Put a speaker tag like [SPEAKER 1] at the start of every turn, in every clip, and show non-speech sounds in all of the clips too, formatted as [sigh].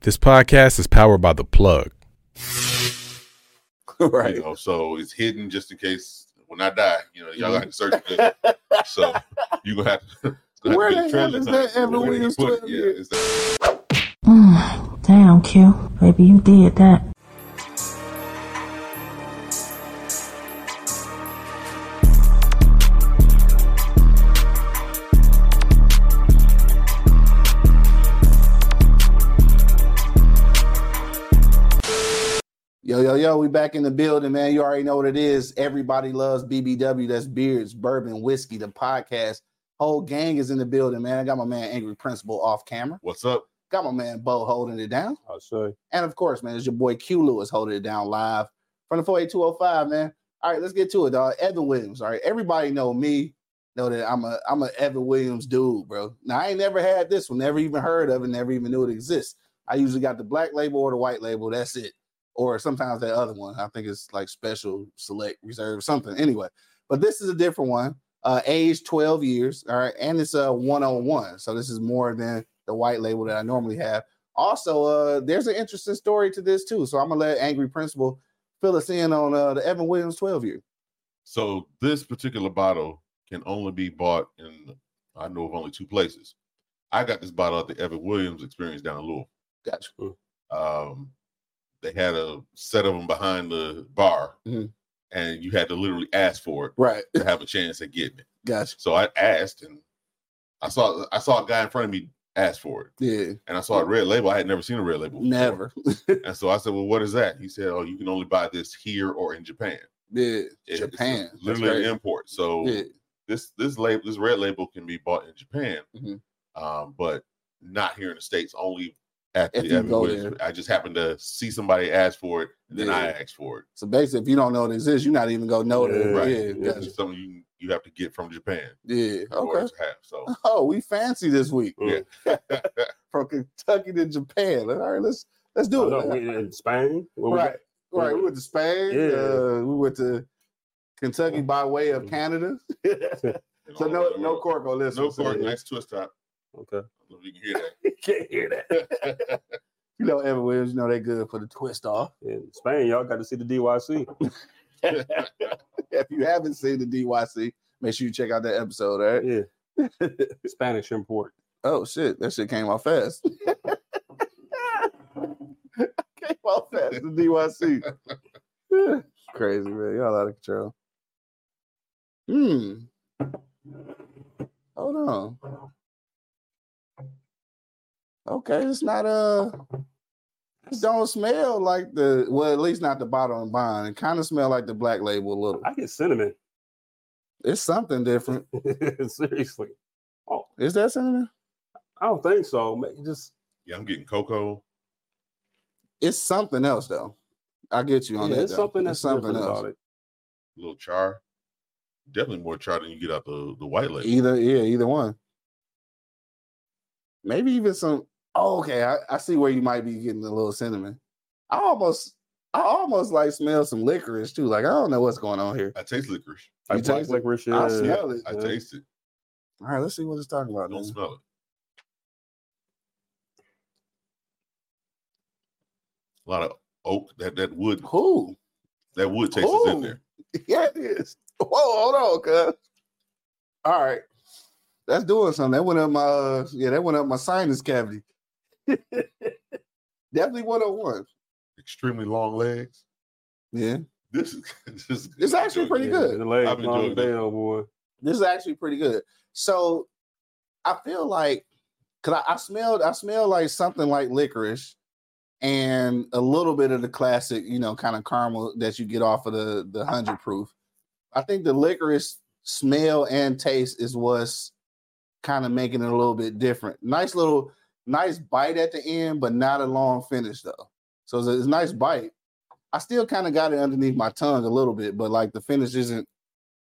[SPEAKER 1] This podcast is powered by the plug.
[SPEAKER 2] right.
[SPEAKER 3] You know, so it's hidden just in case when I die, you know, y'all gotta search for it. So you gonna have to. [laughs] it's gonna
[SPEAKER 2] Mm-hmm. Where
[SPEAKER 3] have
[SPEAKER 2] the hell
[SPEAKER 3] to be a trailer
[SPEAKER 2] is
[SPEAKER 3] time.
[SPEAKER 2] that Evan
[SPEAKER 3] Where they
[SPEAKER 2] Williams
[SPEAKER 3] put it,
[SPEAKER 2] trailer?
[SPEAKER 3] Yeah, it's that.
[SPEAKER 4] Mm, damn, Q. Baby, you did that.
[SPEAKER 2] Yo, yo, yo, we back in the building, man. You already know what it is. Everybody loves BBW. That's beards, bourbon, whiskey, the podcast. Whole gang is in the building, man. I got my man Angry Principal off camera.
[SPEAKER 3] What's up?
[SPEAKER 2] Got my man Bo holding it down.
[SPEAKER 5] I'll say.
[SPEAKER 2] And of course, man, it's your boy Q Lewis holding it down live from the 48205, man. All right, let's get to it, dog. Evan Williams. All right, everybody know me, know that I'm a I'm a Evan Williams dude, bro. Now I ain't never had this one, never even heard of it, never even knew it exists. I usually got the black label or the white label. That's it. Or sometimes that other one. I think it's like special, select, reserve, something. Anyway, but this is a different one. Uh, age 12 years. All right, and it's a one on one. So this is more than the white label that I normally have also uh there's an interesting story to this too so i'm gonna let angry principal fill us in on uh the evan williams 12 year
[SPEAKER 3] So this particular bottle can only be bought in I know of only two places. I got this bottle at the Evan Williams Experience down in Louisville.
[SPEAKER 2] gotcha
[SPEAKER 5] Hmm.
[SPEAKER 3] um, they had a set of them behind the bar,
[SPEAKER 2] Mhm.
[SPEAKER 3] and you had to literally ask for it
[SPEAKER 2] right
[SPEAKER 3] to have a chance at getting it.
[SPEAKER 2] gotcha
[SPEAKER 3] So I asked, and I saw I saw a guy in front of me ask for it,
[SPEAKER 2] yeah
[SPEAKER 3] and I saw a red label. I had never seen a red label, before.
[SPEAKER 2] never
[SPEAKER 3] And so I said, "Well, what is that?" He said, "Oh, you can only buy this here or in Japan."
[SPEAKER 2] yeah
[SPEAKER 3] It- it's
[SPEAKER 2] japan That's
[SPEAKER 3] literally an
[SPEAKER 2] crazy.
[SPEAKER 3] import. So
[SPEAKER 2] yeah
[SPEAKER 3] this this label, this red label, can be bought in Japan,
[SPEAKER 2] Mhm.
[SPEAKER 3] um, but not here in the states. Only at
[SPEAKER 2] If
[SPEAKER 3] the
[SPEAKER 2] you
[SPEAKER 3] Evan
[SPEAKER 2] go
[SPEAKER 3] Williams. I just happened to see somebody ask for it, and then I
[SPEAKER 2] Yeah.
[SPEAKER 3] asked for it.
[SPEAKER 2] so basically if you don't know it exists you're not even gonna know that
[SPEAKER 5] Yeah,
[SPEAKER 3] Right?
[SPEAKER 2] yeah
[SPEAKER 3] This
[SPEAKER 2] gotcha.
[SPEAKER 3] is something you you have to get from Japan.
[SPEAKER 2] yeah
[SPEAKER 3] in order
[SPEAKER 2] okay
[SPEAKER 3] to have.
[SPEAKER 2] [laughs]
[SPEAKER 3] So [laughs]
[SPEAKER 2] oh we fancy this week
[SPEAKER 5] Hmm.
[SPEAKER 3] yeah,
[SPEAKER 2] from kentucky to japan all right let's let's
[SPEAKER 5] I
[SPEAKER 2] do it
[SPEAKER 5] know, [laughs]
[SPEAKER 2] man.
[SPEAKER 5] Oh, we in Spain. Where we
[SPEAKER 2] right
[SPEAKER 5] where
[SPEAKER 2] right
[SPEAKER 5] we-
[SPEAKER 2] we went to spain
[SPEAKER 5] Yeah.
[SPEAKER 2] uh, we went to kentucky by way
[SPEAKER 5] Mm-hmm.
[SPEAKER 2] of canada
[SPEAKER 5] [laughs]
[SPEAKER 3] And
[SPEAKER 2] so
[SPEAKER 3] all
[SPEAKER 2] no
[SPEAKER 3] over the
[SPEAKER 2] no
[SPEAKER 3] world.
[SPEAKER 2] cork on this
[SPEAKER 3] no
[SPEAKER 2] one, so-
[SPEAKER 3] cork, nice twist top.
[SPEAKER 5] Okay.
[SPEAKER 3] I don't know if you can hear
[SPEAKER 5] [laughs] You can't hear that.
[SPEAKER 3] that.
[SPEAKER 2] You know, Evan Williams, you know they good for the twist off. [laughs]
[SPEAKER 5] In Spain, y'all got to see the DYC.
[SPEAKER 2] If you haven't seen the DYC, make sure you check out that episode, all right?
[SPEAKER 5] Yeah. [laughs] Spanish import.
[SPEAKER 2] Oh shit, that shit came out fast. [laughs] came out fast, the DYC. [sighs] Crazy, man. Y'all out of control. Hmm. Hold on. Okay, it's not uh it don't smell like the well, at least not the bottle and bond. It kind of smell like the black label a little.
[SPEAKER 5] I get cinnamon. [laughs]
[SPEAKER 2] It's something different.
[SPEAKER 5] Seriously. Oh,
[SPEAKER 2] Is that cinnamon?
[SPEAKER 5] I don't think so. Ma- Just
[SPEAKER 3] yeah, I'm getting cocoa.
[SPEAKER 2] It's something else though. I get you
[SPEAKER 5] yeah,
[SPEAKER 2] on that.
[SPEAKER 5] it's
[SPEAKER 2] though.
[SPEAKER 5] something that's
[SPEAKER 2] It's something
[SPEAKER 5] different
[SPEAKER 2] else.
[SPEAKER 5] about it.
[SPEAKER 3] a little char. Definitely more char than you get out the, the white label.
[SPEAKER 2] Either yeah, either one. Maybe even some. Oh, okay, I, I see where you might be getting a little cinnamon. I almost, I almost like smell some licorice too. Like I don't know what's going on here.
[SPEAKER 3] I taste licorice.
[SPEAKER 5] Like
[SPEAKER 2] You
[SPEAKER 5] black
[SPEAKER 2] taste it?
[SPEAKER 5] licorice.
[SPEAKER 2] I
[SPEAKER 5] yeah.
[SPEAKER 2] smell it.
[SPEAKER 3] I
[SPEAKER 5] Yeah.
[SPEAKER 3] taste it.
[SPEAKER 2] All right, let's see what it's talking
[SPEAKER 3] I
[SPEAKER 2] about.
[SPEAKER 3] don't
[SPEAKER 2] then.
[SPEAKER 3] smell it. A lot of oak. That that wood
[SPEAKER 2] Who? [laughs]
[SPEAKER 3] that wood taste is in
[SPEAKER 2] Ooh.
[SPEAKER 3] there.
[SPEAKER 2] Yeah, it is. Whoa, hold on, cuz. All right, that's doing something. That went up my uh, yeah, that went up my sinus cavity. [laughs] Definitely one on one.
[SPEAKER 3] Extremely long legs.
[SPEAKER 2] Yeah,
[SPEAKER 3] This is [laughs] this is
[SPEAKER 2] It's actually pretty
[SPEAKER 5] Yeah,
[SPEAKER 2] good.
[SPEAKER 5] The legs
[SPEAKER 3] I've been
[SPEAKER 5] long
[SPEAKER 3] doing
[SPEAKER 5] as
[SPEAKER 3] that.
[SPEAKER 5] hell, boy.
[SPEAKER 2] this is actually pretty good. So I feel like because I, I smelled I smell like something like licorice and a little bit of the classic, you know, kind of caramel that you get off of the the hundred proof. I think the licorice smell and taste is what's kind of making it a little bit different. Nice little nice bite at the end, but not a long finish though. So it's a, it's a nice bite. I still kind of got it underneath my tongue a little bit, but like the finish isn't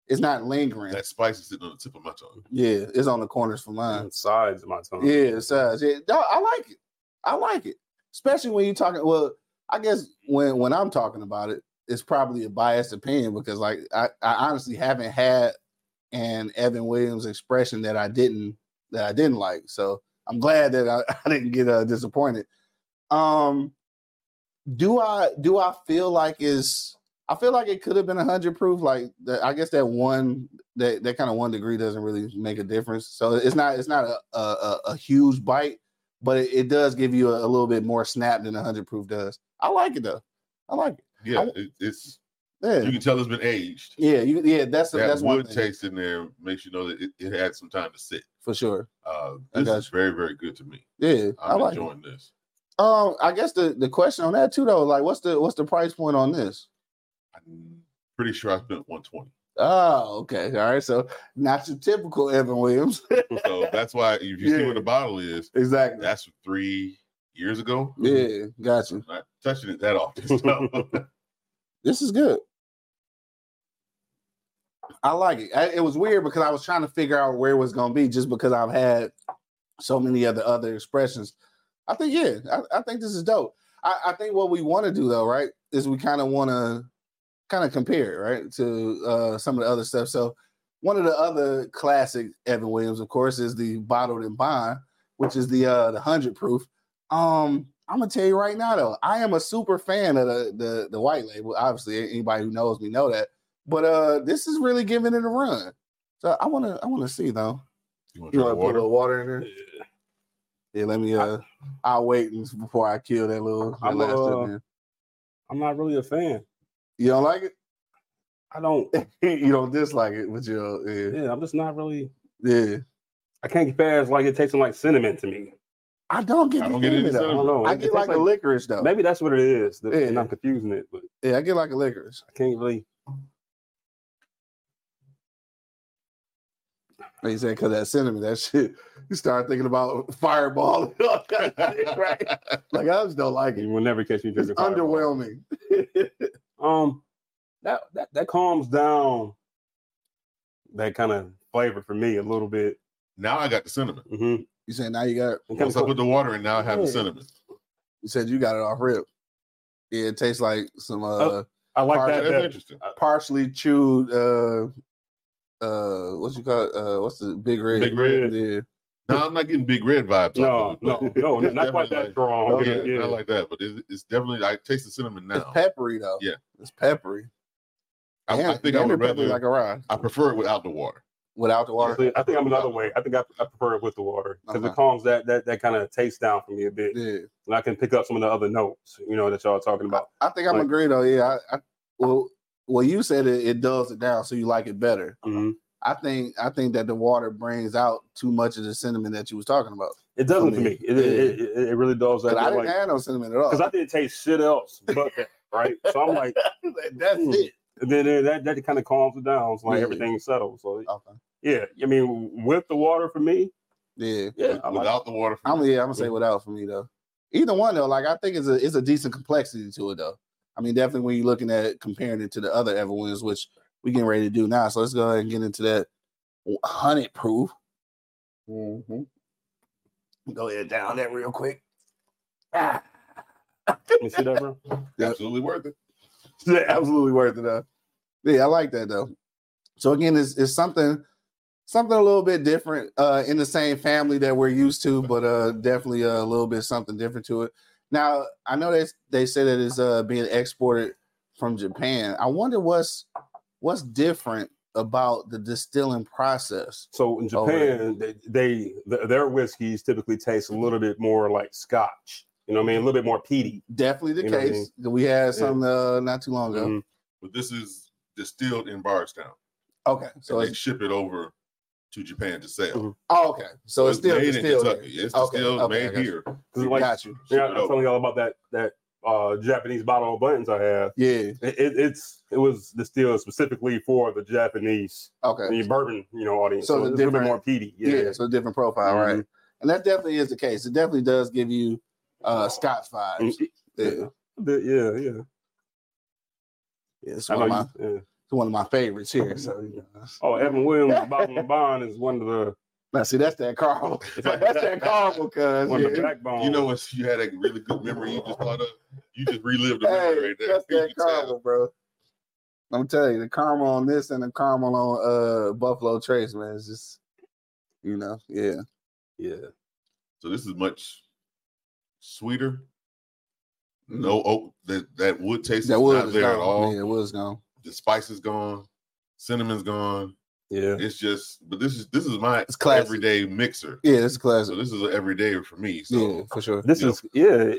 [SPEAKER 2] it's not lingering.
[SPEAKER 3] That spice is sitting on the tip of my tongue.
[SPEAKER 2] Yeah, it's on the corners for mine.
[SPEAKER 5] The sides of my tongue.
[SPEAKER 2] Yeah, size. Yeah, no, I like it. I like it, especially when you're talking. Well, I guess when when I'm talking about it, it's probably a biased opinion because like I, I honestly haven't had an Evan Williams expression [laughs] that I didn't that I didn't like. So I'm glad that I, I didn't get uh, disappointed. Um, do I do I feel like is I feel like it could have been a hundred proof. Like the, I guess that one that that kind of one degree doesn't really make a difference. So it's not it's not a a, a, a huge bite, but it, it does give you a, a little bit more snap than a hundred proof does. I like it though. I like it.
[SPEAKER 3] Yeah,
[SPEAKER 2] I-
[SPEAKER 3] it, it's
[SPEAKER 2] Yeah,
[SPEAKER 3] you can tell it's been aged.
[SPEAKER 2] yeah, you, yeah. That's
[SPEAKER 3] that
[SPEAKER 2] that's one
[SPEAKER 3] wood
[SPEAKER 2] thing,
[SPEAKER 3] taste in there makes you know that it, it had some time to sit.
[SPEAKER 2] for sure.
[SPEAKER 3] Uh,
[SPEAKER 2] I
[SPEAKER 3] this
[SPEAKER 2] got
[SPEAKER 3] is very very good to me.
[SPEAKER 2] Yeah, i
[SPEAKER 3] I'm
[SPEAKER 2] like. It.
[SPEAKER 3] enjoying this.
[SPEAKER 2] Um, I guess the the question on that too though, like, what's the what's the price point on this?
[SPEAKER 3] I'm pretty sure I spent 120.
[SPEAKER 2] Oh, okay. All right. So not your typical Evan Williams. [laughs]
[SPEAKER 3] So that's why if you see
[SPEAKER 2] Yeah.
[SPEAKER 3] where the bottle is,
[SPEAKER 2] exactly.
[SPEAKER 3] that's from three years ago.
[SPEAKER 2] Yeah, gotcha.
[SPEAKER 3] I'm not touching it that often. so. [laughs]
[SPEAKER 2] This is good. I like it. I, it was weird because I was trying to figure out where it was going to be just because I've had so many other other expressions. I think yeah, I, I think this is dope. I, I think what we want to do though, right, is we kind of want to kind of compare it, right, to uh, some of the other stuff. So one of the other classic Evan Williams, of course, is the bottled and bond, which is the uh, the hundred proof. Um, I'm gonna tell you right now though, I am a super fan of the the, the white label. Obviously, anybody who knows me know that. But uh, this is really giving it a run. So I wanna I wanna see though.
[SPEAKER 3] you want to
[SPEAKER 2] You
[SPEAKER 3] try
[SPEAKER 2] want
[SPEAKER 3] the
[SPEAKER 2] to put a
[SPEAKER 3] water?
[SPEAKER 2] little water in there? Yeah, let me. Uh, I'll wait and- before I kill that little. That
[SPEAKER 5] I'm,
[SPEAKER 2] last sip
[SPEAKER 5] uh,
[SPEAKER 2] there.
[SPEAKER 5] I'm not really a fan.
[SPEAKER 2] You don't like it? [laughs]
[SPEAKER 5] I don't.
[SPEAKER 2] you don't dislike it, but you yeah,
[SPEAKER 5] Yeah, I'm just not really.
[SPEAKER 2] yeah.
[SPEAKER 5] I can't get past like it tastes like cinnamon to me.
[SPEAKER 2] I don't get.
[SPEAKER 3] I
[SPEAKER 2] the
[SPEAKER 3] don't get
[SPEAKER 2] feeling,
[SPEAKER 3] any
[SPEAKER 5] I
[SPEAKER 2] though.
[SPEAKER 5] don't know.
[SPEAKER 2] I
[SPEAKER 5] It
[SPEAKER 2] get
[SPEAKER 5] tastes
[SPEAKER 2] like a licorice though.
[SPEAKER 5] Maybe that's what it is, that- and
[SPEAKER 2] Oh. Yeah.
[SPEAKER 5] I'm confusing it, but
[SPEAKER 2] Yeah, I get like a licorice.
[SPEAKER 5] I can't really.
[SPEAKER 2] Like you said, because that cinnamon, that shit. You start thinking about fireball and all kinds of shit,
[SPEAKER 3] [laughs]
[SPEAKER 2] right? Like I just don't like
[SPEAKER 5] You
[SPEAKER 2] it.
[SPEAKER 5] will never catch me
[SPEAKER 2] It's
[SPEAKER 5] drinking. Fireball.
[SPEAKER 2] underwhelming. [laughs]
[SPEAKER 5] Um, that that that calms down that kind of flavor for me a little bit.
[SPEAKER 3] Now I got the cinnamon.
[SPEAKER 5] hmm
[SPEAKER 2] You said now you got.
[SPEAKER 3] Once I put the water in, now I have the
[SPEAKER 5] Yeah.
[SPEAKER 3] cinnamon.
[SPEAKER 2] You said you got it off rip. Yeah, it tastes like some uh,
[SPEAKER 5] Oh. I like
[SPEAKER 2] Alright,
[SPEAKER 5] that.
[SPEAKER 3] That's
[SPEAKER 5] better.
[SPEAKER 3] interesting.
[SPEAKER 2] partially chewed. Uh, uh, what you call? it? Uh, what's the big red?
[SPEAKER 3] Big Red.
[SPEAKER 2] Yeah.
[SPEAKER 3] No, I'm not getting big red vibes.
[SPEAKER 5] No,
[SPEAKER 3] off of it,
[SPEAKER 5] no,
[SPEAKER 3] but
[SPEAKER 5] no,
[SPEAKER 3] [laughs] it's
[SPEAKER 5] not
[SPEAKER 3] definitely
[SPEAKER 5] quite that
[SPEAKER 3] like- oh,
[SPEAKER 5] strong.
[SPEAKER 2] Okay,
[SPEAKER 5] Yeah,
[SPEAKER 3] yeah,
[SPEAKER 5] yeah.
[SPEAKER 3] not like that, but it's, it's definitely. I taste the cinnamon
[SPEAKER 2] It's
[SPEAKER 3] now.
[SPEAKER 2] peppery though.
[SPEAKER 3] Yeah.
[SPEAKER 2] it's peppery.
[SPEAKER 3] I, I
[SPEAKER 2] Damn-
[SPEAKER 3] think I
[SPEAKER 2] damn near
[SPEAKER 3] would
[SPEAKER 2] peppery
[SPEAKER 3] rather.
[SPEAKER 2] like a rye
[SPEAKER 3] I prefer it without the water.
[SPEAKER 2] without the
[SPEAKER 5] I
[SPEAKER 2] water.
[SPEAKER 5] think- I think I'm another way. I think I, I prefer it with the water because
[SPEAKER 2] Okay.
[SPEAKER 5] it calms that that that kind of taste down for me a bit,
[SPEAKER 2] Yeah,
[SPEAKER 5] and I can pick up some of the other notes, you know, that y'all are talking about.
[SPEAKER 2] I think I'm
[SPEAKER 5] Like-
[SPEAKER 2] agree though. Yeah, I, I well, well, you said it, it dulls it down, so you like it better.
[SPEAKER 5] Mhm.
[SPEAKER 2] I think I think that the water brings out too much of the cinnamon that you was talking about.
[SPEAKER 5] It doesn't
[SPEAKER 2] For
[SPEAKER 5] for me.
[SPEAKER 2] me,
[SPEAKER 5] It, it, it, it really does that.
[SPEAKER 2] But I didn't
[SPEAKER 5] Like,
[SPEAKER 2] have no cinnamon at all.
[SPEAKER 5] because I didn't taste shit else but that, right?
[SPEAKER 2] [laughs]
[SPEAKER 5] So I'm like,
[SPEAKER 2] That's
[SPEAKER 5] Mm.
[SPEAKER 2] it.
[SPEAKER 5] and then uh, that that kind of calms it down. So like
[SPEAKER 2] Yeah.
[SPEAKER 5] everything settles. So
[SPEAKER 2] Okay.
[SPEAKER 5] yeah, I mean, with the water for me,
[SPEAKER 2] Yeah.
[SPEAKER 5] yeah,
[SPEAKER 3] With-
[SPEAKER 5] I like.
[SPEAKER 3] without the water. for
[SPEAKER 2] I'm
[SPEAKER 3] me.
[SPEAKER 2] yeah, I'm gonna say without for me though. Either one though, like I think it's a it's a decent complexity to it though. I mean, definitely when you're looking at comparing it to the other Everwinds, which we getting ready to do now. So let's go ahead and get into that hundred proof.
[SPEAKER 3] Mm-hmm.
[SPEAKER 2] Go ahead down that real quick. Ah,
[SPEAKER 5] Let me see that, bro.
[SPEAKER 2] yeah.
[SPEAKER 3] absolutely worth it.
[SPEAKER 2] yeah, [laughs] absolutely worth it though. Yeah, I like that though. So again, it's, it's something something a little bit different uh in the same family that we're used to, but uh definitely a little bit something different to it. Now I know they they say that it's uh being exported from Japan. I wonder what's what's different about the distilling process.
[SPEAKER 5] So in
[SPEAKER 2] Oh, yeah.
[SPEAKER 5] Japan, they, they th- their whiskeys typically taste a little bit more like Scotch. You know what I mean? A little bit more peaty.
[SPEAKER 2] Definitely the
[SPEAKER 5] You know what I
[SPEAKER 2] case that we had
[SPEAKER 5] Yeah.
[SPEAKER 2] some uh not too long ago.
[SPEAKER 5] Mhm.
[SPEAKER 3] But this is distilled in Bardstown,
[SPEAKER 2] Okay,
[SPEAKER 3] so
[SPEAKER 2] so
[SPEAKER 3] they
[SPEAKER 2] it's
[SPEAKER 3] ship it over to Japan to sell.
[SPEAKER 5] Mhm.
[SPEAKER 2] oh, okay, so it's, still
[SPEAKER 3] made
[SPEAKER 2] distilled.
[SPEAKER 3] in Kentucky. It's
[SPEAKER 2] Okay,
[SPEAKER 3] distilled,
[SPEAKER 2] okay, I got
[SPEAKER 3] made
[SPEAKER 2] you.
[SPEAKER 3] here.
[SPEAKER 5] It's like-
[SPEAKER 2] Got you.
[SPEAKER 5] Yeah, I'm telling y'all about that that uh, Japanese bottle of Blantons I have.
[SPEAKER 2] Yeah.
[SPEAKER 5] It, it, it's it was distilled specifically for the Japanese
[SPEAKER 2] Okay.
[SPEAKER 5] the bourbon you know audience.
[SPEAKER 2] So
[SPEAKER 5] So,
[SPEAKER 2] the
[SPEAKER 5] it's a little bit
[SPEAKER 2] different-
[SPEAKER 5] more peaty.
[SPEAKER 2] Yeah,
[SPEAKER 5] Yeah.
[SPEAKER 2] so different profile, right?
[SPEAKER 3] Mm-hmm.
[SPEAKER 2] And that definitely is the case. It definitely does give you uh Scotch
[SPEAKER 3] Mm,
[SPEAKER 2] vibes.
[SPEAKER 5] Mhm.
[SPEAKER 2] Yeah,
[SPEAKER 5] But yeah, yeah.
[SPEAKER 2] yeah, it's
[SPEAKER 5] I
[SPEAKER 2] one of
[SPEAKER 5] know
[SPEAKER 2] my
[SPEAKER 5] you- yeah.
[SPEAKER 2] it's one of my favorites here. So you know.
[SPEAKER 5] Oh,
[SPEAKER 2] [laughs]
[SPEAKER 5] Evan Williams, Bottom of Bond is one of the
[SPEAKER 2] now see that's that Carl. [laughs]
[SPEAKER 5] it's like-
[SPEAKER 2] that's that Carl cuz
[SPEAKER 5] [laughs] one of the
[SPEAKER 2] yeah.
[SPEAKER 5] backbone.
[SPEAKER 3] You know, once you had a really good memory, you just thought of, you just relived the memory
[SPEAKER 2] Hey,
[SPEAKER 3] right there.
[SPEAKER 2] that's
[SPEAKER 3] [laughs] You
[SPEAKER 2] that
[SPEAKER 3] can tell.
[SPEAKER 2] caramel, bro. I'm telling you, the caramel on this and the caramel on uh Buffalo Trace, man, it's just you know, yeah.
[SPEAKER 5] yeah.
[SPEAKER 3] So this is much sweeter, No oak that, that wood taste
[SPEAKER 2] That
[SPEAKER 3] is
[SPEAKER 2] wood
[SPEAKER 3] not
[SPEAKER 2] is
[SPEAKER 3] there
[SPEAKER 2] gone.
[SPEAKER 3] at all.
[SPEAKER 2] Yeah, it was gone.
[SPEAKER 3] The spice is gone, cinnamon's gone.
[SPEAKER 5] Yeah.
[SPEAKER 3] It's just but this is this is my
[SPEAKER 2] It's classic.
[SPEAKER 3] everyday mixer.
[SPEAKER 2] Yeah, it's
[SPEAKER 3] So
[SPEAKER 2] classic.
[SPEAKER 3] this is an everyday for me.
[SPEAKER 2] Yeah,
[SPEAKER 3] So
[SPEAKER 2] for sure.
[SPEAKER 5] This
[SPEAKER 3] Yeah.
[SPEAKER 5] is yeah.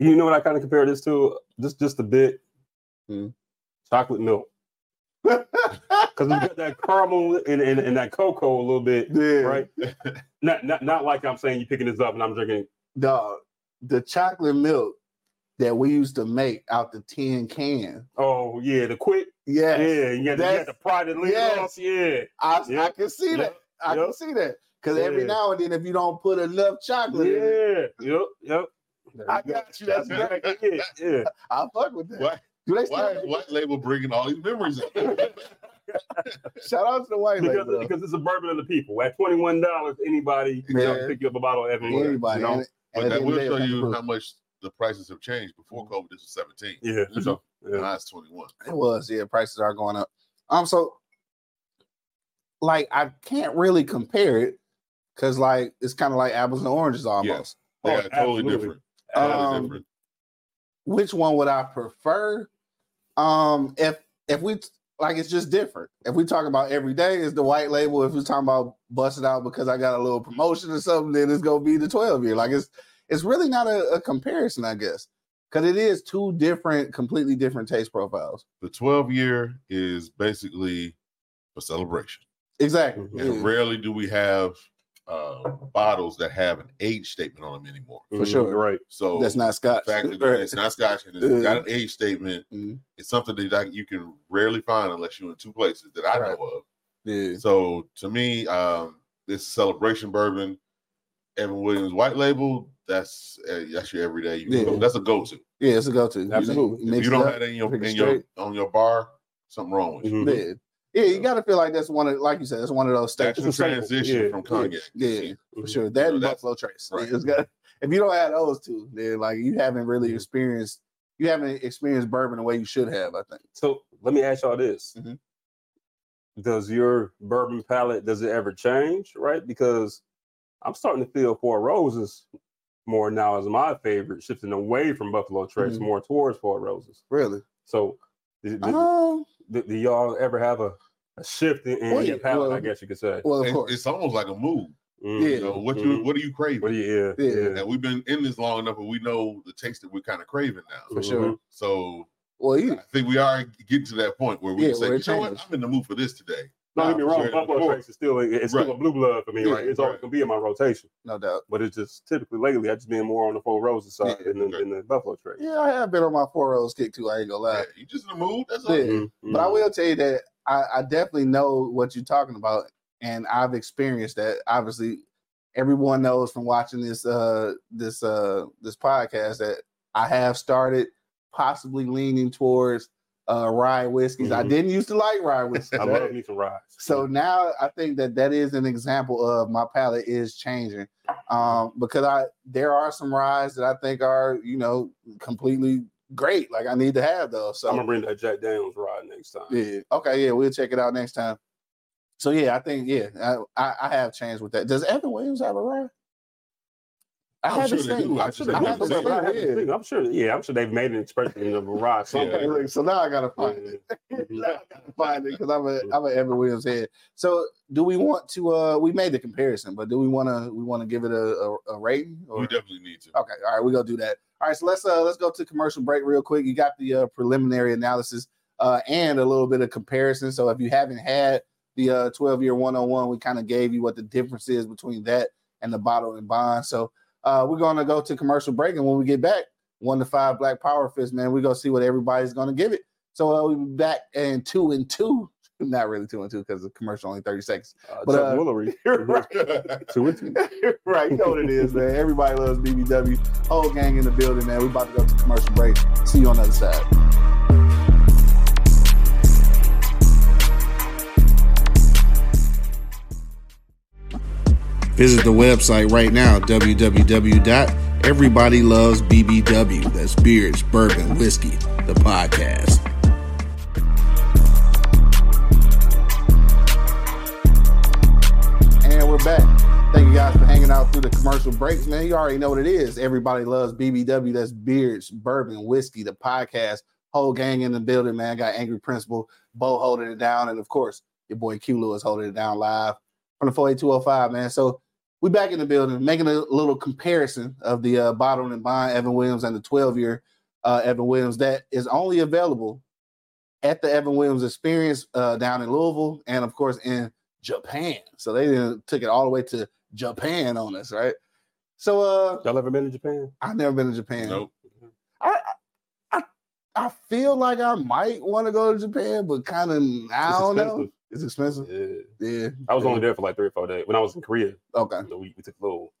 [SPEAKER 5] You know what I kind of compare this to? Just just a bit.
[SPEAKER 2] Hmm. [laughs]
[SPEAKER 5] Chocolate milk. Because it's got that caramel and, and, and that cocoa a little bit.
[SPEAKER 2] Yeah.
[SPEAKER 5] Right? Not, not not like I'm saying you're picking this up and I'm drinking.
[SPEAKER 2] Dog, the chocolate milk that we used to make out the tin can.
[SPEAKER 5] Oh yeah, the quick.
[SPEAKER 2] Yes.
[SPEAKER 5] Yeah, you got, the- you got
[SPEAKER 2] That's-
[SPEAKER 5] the pride and yes.
[SPEAKER 2] yes.
[SPEAKER 5] off. Yeah.
[SPEAKER 2] I, I
[SPEAKER 5] Yep.
[SPEAKER 2] can see that.
[SPEAKER 5] Yep.
[SPEAKER 2] I
[SPEAKER 5] Yep.
[SPEAKER 2] can see that. Because every
[SPEAKER 5] Yeah.
[SPEAKER 2] now and then, if you don't put enough chocolate in it,
[SPEAKER 5] Yeah. Yep. Yep. There
[SPEAKER 2] I
[SPEAKER 5] you go.
[SPEAKER 2] got you. That's
[SPEAKER 5] That's
[SPEAKER 2] right.
[SPEAKER 5] right. Yeah. Yeah.
[SPEAKER 2] I fuck with that.
[SPEAKER 3] Why-
[SPEAKER 2] Do they
[SPEAKER 3] why is
[SPEAKER 2] still,
[SPEAKER 3] White Label bringing all these memories up?
[SPEAKER 2] [laughs] shout out to the white lady.
[SPEAKER 5] Because,
[SPEAKER 2] though.
[SPEAKER 5] because it's a bourbon of the people. At twenty one dollars, anybody can
[SPEAKER 2] Man.
[SPEAKER 5] pick you up a bottle of Evan. Williams,
[SPEAKER 2] Anybody.
[SPEAKER 5] You know?
[SPEAKER 2] And- and
[SPEAKER 3] But
[SPEAKER 2] at
[SPEAKER 3] that
[SPEAKER 2] the
[SPEAKER 3] will
[SPEAKER 2] end of
[SPEAKER 3] show
[SPEAKER 2] the day, it's
[SPEAKER 3] you
[SPEAKER 2] like,
[SPEAKER 3] how much the prices have changed. Before
[SPEAKER 2] Mm-hmm.
[SPEAKER 3] COVID, this was 17.
[SPEAKER 5] Yeah. for sure. [laughs] Yeah.
[SPEAKER 3] Now it's 21.
[SPEAKER 2] It was, yeah. Prices are going up. Um, so like I can't really compare it because like it's kind of like apples and oranges almost.
[SPEAKER 3] They
[SPEAKER 5] Oh,
[SPEAKER 3] are totally
[SPEAKER 5] absolutely.
[SPEAKER 3] different.
[SPEAKER 5] Uh,
[SPEAKER 3] Totally
[SPEAKER 2] Um,
[SPEAKER 3] different.
[SPEAKER 2] Which one would I prefer? Um, if if we like it's just different. If we talk about every day, it's the white label. If we're talking about busting out because I got a little promotion or something, then it's gonna be the 12 year. Like it's it's really not a, a comparison, I guess. Cause it is two different, completely different taste profiles.
[SPEAKER 3] The 12 year is basically a celebration.
[SPEAKER 2] Exactly.
[SPEAKER 5] Mhm.
[SPEAKER 3] And
[SPEAKER 2] Yeah,
[SPEAKER 3] rarely do we have uh, bottles that have an age statement on them anymore.
[SPEAKER 2] for sure.
[SPEAKER 5] you're
[SPEAKER 2] [laughs]
[SPEAKER 5] Mm-hmm, Right.
[SPEAKER 3] So
[SPEAKER 2] That's not
[SPEAKER 3] the
[SPEAKER 2] Scott. [laughs]
[SPEAKER 3] fact that it's not Scotch and it's got an age statement.
[SPEAKER 2] Mhm.
[SPEAKER 3] It's something that I- you can rarely find unless you're in two places that I
[SPEAKER 2] Right.
[SPEAKER 3] know of.
[SPEAKER 2] Yeah.
[SPEAKER 3] So to me, um, this celebration bourbon, Evan Williams White Label. That's uh, that's your everyday. You can
[SPEAKER 2] Yeah.
[SPEAKER 3] go- that's a go-to.
[SPEAKER 2] Yeah, it's a go-to.
[SPEAKER 5] Absolutely.
[SPEAKER 3] If
[SPEAKER 2] Mix
[SPEAKER 3] you don't
[SPEAKER 2] it up.
[SPEAKER 3] have that in your
[SPEAKER 2] pick it
[SPEAKER 3] in your
[SPEAKER 2] straight. Mm-hmm.
[SPEAKER 3] on your bar, something wrong with you.
[SPEAKER 5] Mhm.
[SPEAKER 2] Yeah. Yeah, you gotta feel like that's one of like you said, that's one of those
[SPEAKER 3] That's
[SPEAKER 2] staples.
[SPEAKER 3] the
[SPEAKER 5] It's a staple.
[SPEAKER 3] transition
[SPEAKER 5] Yeah.
[SPEAKER 3] from cognac.
[SPEAKER 2] Yeah, for
[SPEAKER 5] Mhm.
[SPEAKER 2] sure. That and
[SPEAKER 3] That's-
[SPEAKER 2] Buffalo Trace.
[SPEAKER 3] right.
[SPEAKER 2] It's got- if you don't have those two, then like you haven't really
[SPEAKER 5] Mhm.
[SPEAKER 2] experienced you haven't experienced bourbon the way you should have, I think.
[SPEAKER 5] So let me ask y'all this:
[SPEAKER 2] Mhm.
[SPEAKER 5] Does your bourbon palate does it ever change? Right? Because I'm starting to feel Four Roses more now as my favorite, shifting away from Buffalo Trace
[SPEAKER 2] Mhm.
[SPEAKER 5] more towards Four Roses.
[SPEAKER 2] Really.
[SPEAKER 5] So, do, do-
[SPEAKER 2] Um
[SPEAKER 5] do- do y'all ever have a, a shift in, in
[SPEAKER 2] Well,
[SPEAKER 5] your
[SPEAKER 2] Oh, yeah,
[SPEAKER 5] palate? I
[SPEAKER 2] well-
[SPEAKER 5] guess you could say.
[SPEAKER 2] well of
[SPEAKER 3] It-
[SPEAKER 2] course. Mm-hmm.
[SPEAKER 3] it's almost like a mood.
[SPEAKER 5] Mm,
[SPEAKER 3] You
[SPEAKER 2] Yeah.
[SPEAKER 3] know what
[SPEAKER 5] mhm.
[SPEAKER 3] you what are you
[SPEAKER 5] What
[SPEAKER 3] craving?
[SPEAKER 5] do you? Yeah.
[SPEAKER 2] Yeah.
[SPEAKER 5] Yeah.
[SPEAKER 3] And we've been in this long enough, and we know the taste that we're kind of craving now.
[SPEAKER 2] For sure.
[SPEAKER 5] Mhm.
[SPEAKER 3] So
[SPEAKER 2] Well
[SPEAKER 3] I
[SPEAKER 2] you
[SPEAKER 3] think we are getting to that point where we
[SPEAKER 2] Yeah,
[SPEAKER 3] can say,
[SPEAKER 2] where
[SPEAKER 3] you
[SPEAKER 2] it
[SPEAKER 3] know what,
[SPEAKER 2] changes.
[SPEAKER 3] I'm in the mood for this today.
[SPEAKER 5] Don't get me
[SPEAKER 2] Nah,
[SPEAKER 5] wrong.
[SPEAKER 3] sure.
[SPEAKER 5] Buffalo Trace is still it's still a
[SPEAKER 3] Right.
[SPEAKER 5] blue blood for me.
[SPEAKER 2] Yeah,
[SPEAKER 5] right? It's always
[SPEAKER 3] right.
[SPEAKER 5] gonna be in my rotation.
[SPEAKER 2] no doubt.
[SPEAKER 5] But it's just typically lately I've just been more on the Four Roses side
[SPEAKER 2] Yeah,
[SPEAKER 5] than, the,
[SPEAKER 3] okay.
[SPEAKER 5] than the Buffalo Trace.
[SPEAKER 2] Yeah, I have been on my four rolls kick too, I ain't gonna lie.
[SPEAKER 3] Yeah, you just in the mood. That's
[SPEAKER 2] Yeah.
[SPEAKER 3] all.
[SPEAKER 5] Mm, mm.
[SPEAKER 2] But I will tell you that I, I definitely know what you're talking about, and I've experienced that. Obviously, everyone knows from watching this uh this uh this podcast that I have started possibly leaning towards uh rye whiskeys. I
[SPEAKER 5] Mhm.
[SPEAKER 2] didn't used to like rye whiskeys.
[SPEAKER 5] [laughs] I love me some rides.
[SPEAKER 2] So now I think that that is an example of my palate is changing, um, because I there are some ryes that I think are you know completely great. Like I need to have those. So
[SPEAKER 5] I'm gonna bring that Jack Daniels ride next time.
[SPEAKER 2] yeah. Okay. Yeah, we'll check it out next time. So yeah, I think yeah, I I, I have changed with that. Does Evan Williams have a ride? I
[SPEAKER 3] I'm
[SPEAKER 2] haven't
[SPEAKER 3] sure they
[SPEAKER 2] seen.
[SPEAKER 3] do.
[SPEAKER 2] it.
[SPEAKER 3] I
[SPEAKER 5] I
[SPEAKER 3] just
[SPEAKER 5] should
[SPEAKER 2] I
[SPEAKER 5] have
[SPEAKER 2] haven't
[SPEAKER 5] never
[SPEAKER 2] seen
[SPEAKER 5] seen
[SPEAKER 2] it, yeah.
[SPEAKER 5] it. I'm sure, yeah, I'm sure they've made an expression of a
[SPEAKER 2] [laughs]
[SPEAKER 5] ride
[SPEAKER 2] Okay,
[SPEAKER 5] somewhere.
[SPEAKER 2] look, so now I gotta find it.
[SPEAKER 5] Mhm.
[SPEAKER 2] [laughs] now I gotta find it because I'm a I'm an Evan Williams head. So do we want to? uh We made the comparison, but do we want to? We want to give it a, a, a rating? Or? Oh,
[SPEAKER 3] We definitely need to.
[SPEAKER 2] Okay, all right, we gonna do that. All right, so let's uh let's go to commercial break real quick. You got the uh, preliminary analysis uh and a little bit of comparison. So if you haven't had the uh 12 year 101, we kind of gave you what the difference is between that and the bottle and bond. So uh we're gonna go to commercial break, and when we get back, one to five black power fist, man, we're gonna see what everybody's gonna give it. So uh, we'll be back in two and two. [laughs] Not really two and two because the commercial only 30 seconds.
[SPEAKER 5] Uh,
[SPEAKER 2] But,
[SPEAKER 5] Chuck
[SPEAKER 2] uh, [laughs]
[SPEAKER 5] Woolery. [laughs] So what you-
[SPEAKER 2] right, you know what it is, man. Everybody loves BBW. Whole gang in the building, man. We about to go to commercial break. See you on the other side.
[SPEAKER 6] Visit the website right now, www.everybodylovesbbw. That's beards, bourbon, whiskey, the podcast.
[SPEAKER 2] And we're back. Thank you guys for hanging out through the commercial breaks, man. You already know what it is. Everybody loves BBW. That's Beards, Bourbon, Whiskey, the podcast. Whole gang in the building, man. Got Angry Principal, Bo holding it down. And of course, your boy Q Lewis holding it down live from the 48205, man. So we back in the building, making a little comparison of the uh, bottle and bond Evan Williams and the 12 year uh, Evan Williams that is only available at the Evan Williams Experience uh, down in Louisville and, of course, in Japan. So they done took it all the way to Japan on us, right? So uh,
[SPEAKER 5] Y'all ever been to Japan?
[SPEAKER 2] I've never been to Japan.
[SPEAKER 3] Nope. [laughs]
[SPEAKER 2] I, I I feel like I might want to go to Japan, but kind of I
[SPEAKER 5] It's
[SPEAKER 2] don't know.
[SPEAKER 5] expensive.
[SPEAKER 2] It's expensive.
[SPEAKER 5] Yeah.
[SPEAKER 2] Yeah.
[SPEAKER 5] I was only there for like three or four days when I was in Korea.
[SPEAKER 2] Okay.
[SPEAKER 5] you know, we, we took a little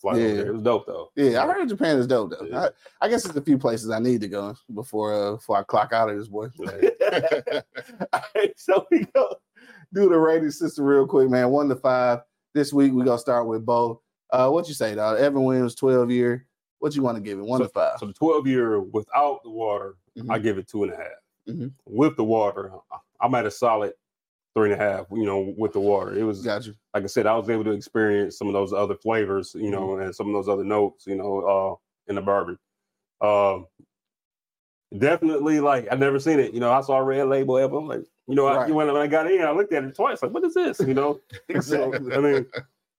[SPEAKER 5] flight over
[SPEAKER 2] Yeah.
[SPEAKER 5] there. It was dope though.
[SPEAKER 2] Yeah, I heard Japan is dope though.
[SPEAKER 5] Yeah.
[SPEAKER 2] I, I guess it's a few places I need to go before uh, before I clock out of this
[SPEAKER 5] [laughs]
[SPEAKER 2] boy. [laughs] All right, so we go do the rating system real quick, man. One to five. This week we gonna start with Bo. Uh, what you say, dog? Evan Williams, twelve year. What you want to give it? One to five.
[SPEAKER 5] So the 12 year without the water,
[SPEAKER 2] Mhm.
[SPEAKER 5] I give it two and a half.
[SPEAKER 2] Mhm.
[SPEAKER 5] With the water, I- I'm at a solid three and a half, you know, with the water. It was
[SPEAKER 2] Got you.
[SPEAKER 5] like I said, I was able to experience some of those other flavors, you
[SPEAKER 2] Mm-hmm.
[SPEAKER 5] know, and some of those other notes, you know, uh, in the bourbon. Um, definitely, like I never seen it. You know, I saw a red label ever. I'm like, you know,
[SPEAKER 2] Right.
[SPEAKER 5] I, when, when I got in, I looked at it twice. Like, what is this? You know, so, I mean,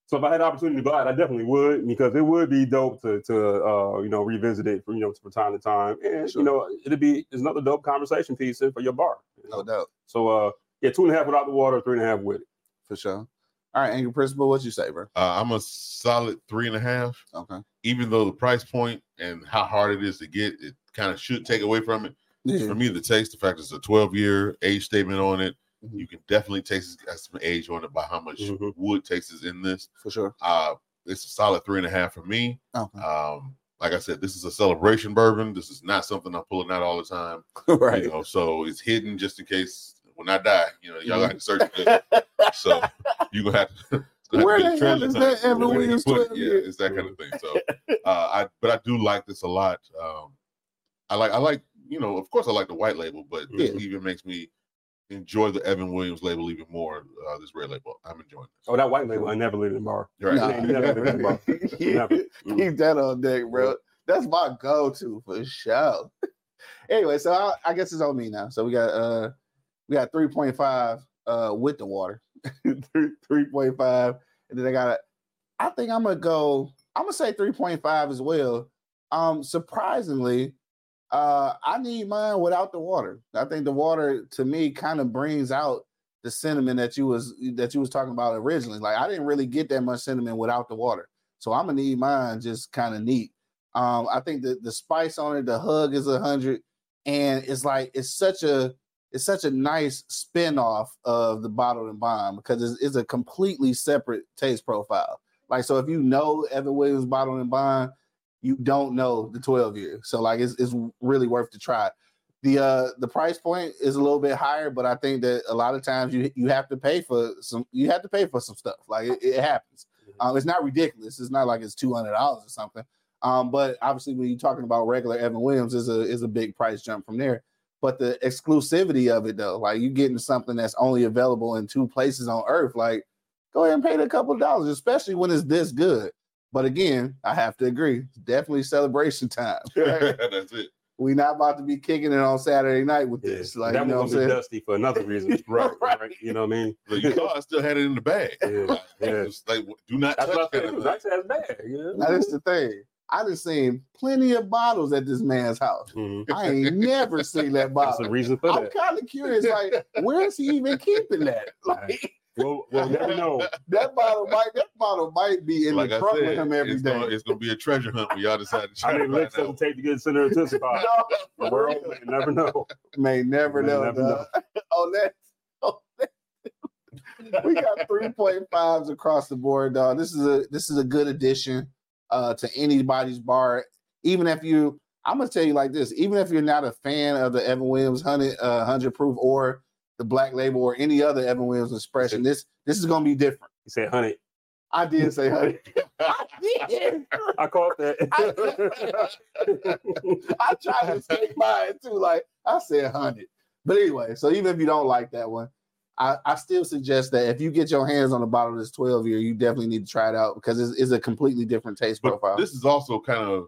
[SPEAKER 5] so if I had the opportunity to buy it, I definitely would because it would be dope to to uh, you know revisit it from you know from time to time, and
[SPEAKER 2] Sure.
[SPEAKER 5] you know, it'd be it's another dope conversation piece in for your bar. you know?
[SPEAKER 2] No doubt
[SPEAKER 5] So, uh, yeah, two and a half without the water, three and a half with it.
[SPEAKER 2] for sure. All right, Angry Principal, what you say, bro?
[SPEAKER 3] Uh, I'm a solid three and a half.
[SPEAKER 2] Okay.
[SPEAKER 3] Even though the price point and how hard it is to get, it kind of should take away from it.
[SPEAKER 2] Yeah.
[SPEAKER 3] For me, the taste, the fact it's a 12 year age statement on it,
[SPEAKER 2] Mhm.
[SPEAKER 3] you can definitely taste it's got some age on it by how much
[SPEAKER 5] Mhm.
[SPEAKER 3] wood taste is in this.
[SPEAKER 2] for sure.
[SPEAKER 3] Uh, it's a solid three and a half for me.
[SPEAKER 5] [laughs]
[SPEAKER 2] Okay.
[SPEAKER 3] Um, like I said, this is a celebration bourbon. This is not something I'm pulling out all the time.
[SPEAKER 2] right.
[SPEAKER 3] You know, so it's hidden just in case when I die, you know,
[SPEAKER 2] Mm-hmm.
[SPEAKER 3] y'all gotta search for it.
[SPEAKER 2] [laughs]
[SPEAKER 3] So you gonna have to gonna
[SPEAKER 2] Where the
[SPEAKER 3] have to be a
[SPEAKER 2] hell
[SPEAKER 3] treasure
[SPEAKER 2] is
[SPEAKER 3] hunt.
[SPEAKER 2] that Evan
[SPEAKER 3] Where they
[SPEAKER 2] Williams
[SPEAKER 3] put it.
[SPEAKER 2] 12
[SPEAKER 3] Yeah,
[SPEAKER 2] year?
[SPEAKER 3] it's that kind of thing.
[SPEAKER 2] [laughs]
[SPEAKER 3] So uh I but I do like this a lot. Um I like I like, you know, of course I like the white label, but this
[SPEAKER 2] Yeah.
[SPEAKER 3] even makes me enjoy the Evan Williams label even more. Uh this red label. I'm enjoying it.
[SPEAKER 5] Oh, that white label, I never leave the bar.
[SPEAKER 3] You're right.
[SPEAKER 2] Nah.
[SPEAKER 5] It ain't never leaving the bar.
[SPEAKER 2] [laughs]
[SPEAKER 5] Never. Mm.
[SPEAKER 2] Keep that on deck, bro. That's my go-to for sure. [laughs] anyway, so I, I guess it's on me now. So we got uh we got 3.5 uh with the water. [laughs] Three- 3.5. And then I got I think I'm gonna go, I'm gonna say 3.5 as well. Um surprisingly, uh I need mine without the water. I think the water to me kind of brings out the sentiment that you was that you was talking about originally. Like I didn't really get that much sentiment without the water. So I'm gonna need mine just kind of neat. Um, I think the the spice on it, the hug is a hundred, and it's like it's such a it's such a nice spin off of the bottled and bond because it's, it's a completely separate taste profile. Like so, if you know Evan Williams bottled and bond, you don't know the twelve year. So like it's it's really worth the try. The uh the price point is a little bit higher, but I think that a lot of times you you have to pay for some you have to pay for some stuff. Like it, it happens. Um, it's not ridiculous. It's not like it's two hundred dollars or something. Um, but obviously, when you're talking about regular Evan Williams, is a is a big price jump from there. But the exclusivity of it, though, like you getting something that's only available in two places on Earth, like go ahead and pay the couple of dollars, especially when it's this good. But again, I have to agree, definitely celebration time.
[SPEAKER 3] [laughs]
[SPEAKER 2] right?
[SPEAKER 3] That's it.
[SPEAKER 2] we not about to be kicking it on Saturday night with
[SPEAKER 5] Yeah.
[SPEAKER 2] this. Like
[SPEAKER 5] that
[SPEAKER 2] you know what I'm
[SPEAKER 5] one's gonna
[SPEAKER 2] saying?
[SPEAKER 5] be dusty for
[SPEAKER 2] [laughs]
[SPEAKER 5] another reason,
[SPEAKER 3] Right.
[SPEAKER 5] right? You know what I mean?
[SPEAKER 3] But you know I still had [laughs] it in the bag.
[SPEAKER 5] Yeah, yeah.
[SPEAKER 3] It's like do not
[SPEAKER 5] That's
[SPEAKER 3] touch
[SPEAKER 5] what I
[SPEAKER 3] that.
[SPEAKER 5] said. It was nice ass bag. You know?
[SPEAKER 2] Now that's the thing. I done seen plenty of bottles at this man's house.
[SPEAKER 5] Mhm.
[SPEAKER 2] I ain't never seen that
[SPEAKER 5] That's
[SPEAKER 2] bottle.
[SPEAKER 5] the reason for
[SPEAKER 2] I'm
[SPEAKER 5] that.
[SPEAKER 2] kind of curious, like, where is he even keeping that? Like,
[SPEAKER 5] We'll,
[SPEAKER 2] [laughs]
[SPEAKER 5] we'll never know.
[SPEAKER 2] that bottle might, that bottle might be in
[SPEAKER 3] like
[SPEAKER 2] the
[SPEAKER 3] I
[SPEAKER 2] trunk
[SPEAKER 3] said,
[SPEAKER 2] with him every
[SPEAKER 3] it's,
[SPEAKER 2] day.
[SPEAKER 3] Gonna, it's gonna be a treasure hunt when y'all decide to try
[SPEAKER 5] [laughs] I mean,
[SPEAKER 3] to
[SPEAKER 5] licks
[SPEAKER 3] find
[SPEAKER 5] doesn't
[SPEAKER 3] out.
[SPEAKER 5] take to
[SPEAKER 2] [laughs]
[SPEAKER 5] get sent into this spot.
[SPEAKER 2] no,
[SPEAKER 5] The world may never know.
[SPEAKER 2] may never
[SPEAKER 5] May
[SPEAKER 2] know.
[SPEAKER 5] never
[SPEAKER 2] dog. on that, [laughs] on that- we got three point fives across the board, dog. This is a this is a good addition uh, to anybody's bar. Even if you, I'm gonna tell you like this. Even if you're not a fan of the Evan Williams hundred uh, hundred proof or the Black Label or any other Evan Williams expression, this this is gonna be different.
[SPEAKER 5] He said, "Honey,
[SPEAKER 2] I did say honey. [laughs] I did.
[SPEAKER 5] I caught that."
[SPEAKER 2] I tried to escape mine too. Like I said honey. But anyway, so even if you don't like that one, I, I still suggest that if you get your hands on the bottle of this 12 year, you definitely need to try it out because it's, it's a completely different taste
[SPEAKER 3] But
[SPEAKER 2] profile.
[SPEAKER 3] this is also kind of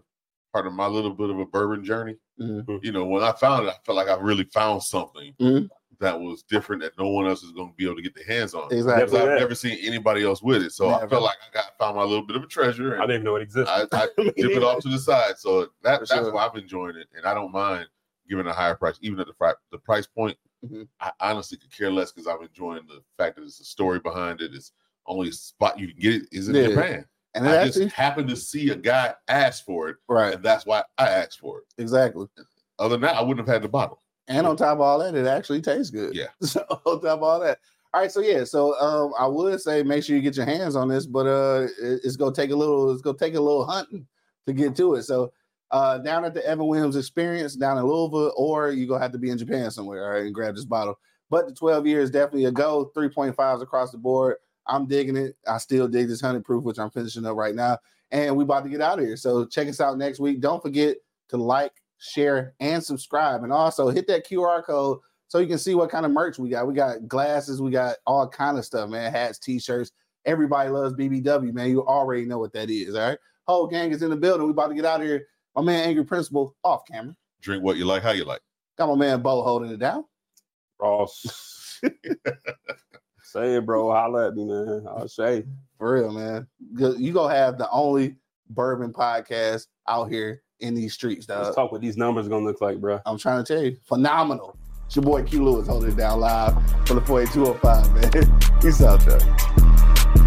[SPEAKER 3] part of my little bit of a bourbon journey.
[SPEAKER 2] Mhm.
[SPEAKER 3] You know, when I found it, I felt like I really found something
[SPEAKER 2] Mhm.
[SPEAKER 3] that was different that no one else is going to be able to get their hands on.
[SPEAKER 2] exactly.
[SPEAKER 3] Because I've
[SPEAKER 5] Yeah.
[SPEAKER 3] never seen anybody else with it. So I
[SPEAKER 2] Never.
[SPEAKER 3] felt like I got found my little bit of a treasure.
[SPEAKER 5] [laughs]
[SPEAKER 3] And
[SPEAKER 5] I didn't even know it existed.
[SPEAKER 3] I, I dip it off to the side. So that,
[SPEAKER 2] For
[SPEAKER 3] that's
[SPEAKER 2] sure.
[SPEAKER 3] why I've enjoying it, and I don't mind giving a higher price, even at the fri- the price point.
[SPEAKER 2] Mhm.
[SPEAKER 3] I honestly could care less because I'm enjoying the fact that it's a story behind it. It's only spot you can get it is in
[SPEAKER 2] Yeah.
[SPEAKER 3] Japan.
[SPEAKER 2] And it
[SPEAKER 3] I just
[SPEAKER 2] actually,
[SPEAKER 3] happened to see a guy ask for it,
[SPEAKER 2] right,
[SPEAKER 3] and that's why I asked for it.
[SPEAKER 2] exactly.
[SPEAKER 3] Other than that, I wouldn't have had the bottle.
[SPEAKER 2] And on top of all that, it actually tastes good.
[SPEAKER 3] Yeah.
[SPEAKER 2] [laughs] So on top of all that. All right. So yeah. So um, I would say make sure you get your hands on this, but uh, it- it's gonna take a little. It's gonna take a little hunting to get to it. So uh, down at the Evan Williams Experience down in Louisville, or you are gonna have to be in Japan somewhere all right, and grab this bottle. But the 12 years definitely a go. 3.5s across the board. I'm digging it. I still dig this hundred proof, which I'm finishing up right now. And we about to get out of here. So check us out next week. Don't forget to like, share, and subscribe. And also hit that QR code so you can see what kind of merch we got. We got glasses, we got all kind of stuff, man. Hats, t-shirts. Everybody loves BBW, man. You already know what that is. All right. Whole gang is in the building. We about to get out of here. My man Angry Principal off camera.
[SPEAKER 3] Drink what you like, how you like.
[SPEAKER 2] Got my man Bo holding it down.
[SPEAKER 5] Ross. Say it, bro. Holla at me, man. I'll say.
[SPEAKER 2] For real, man. Go- You gonna have the only bourbon podcast out here in these streets,
[SPEAKER 5] Let's
[SPEAKER 2] dog.
[SPEAKER 5] talk what these numbers gonna look like, bro.
[SPEAKER 2] I'm trying to tell you, phenomenal. It's your boy Q Lewis holding it down live for the 4205, man. [laughs] Peace out there.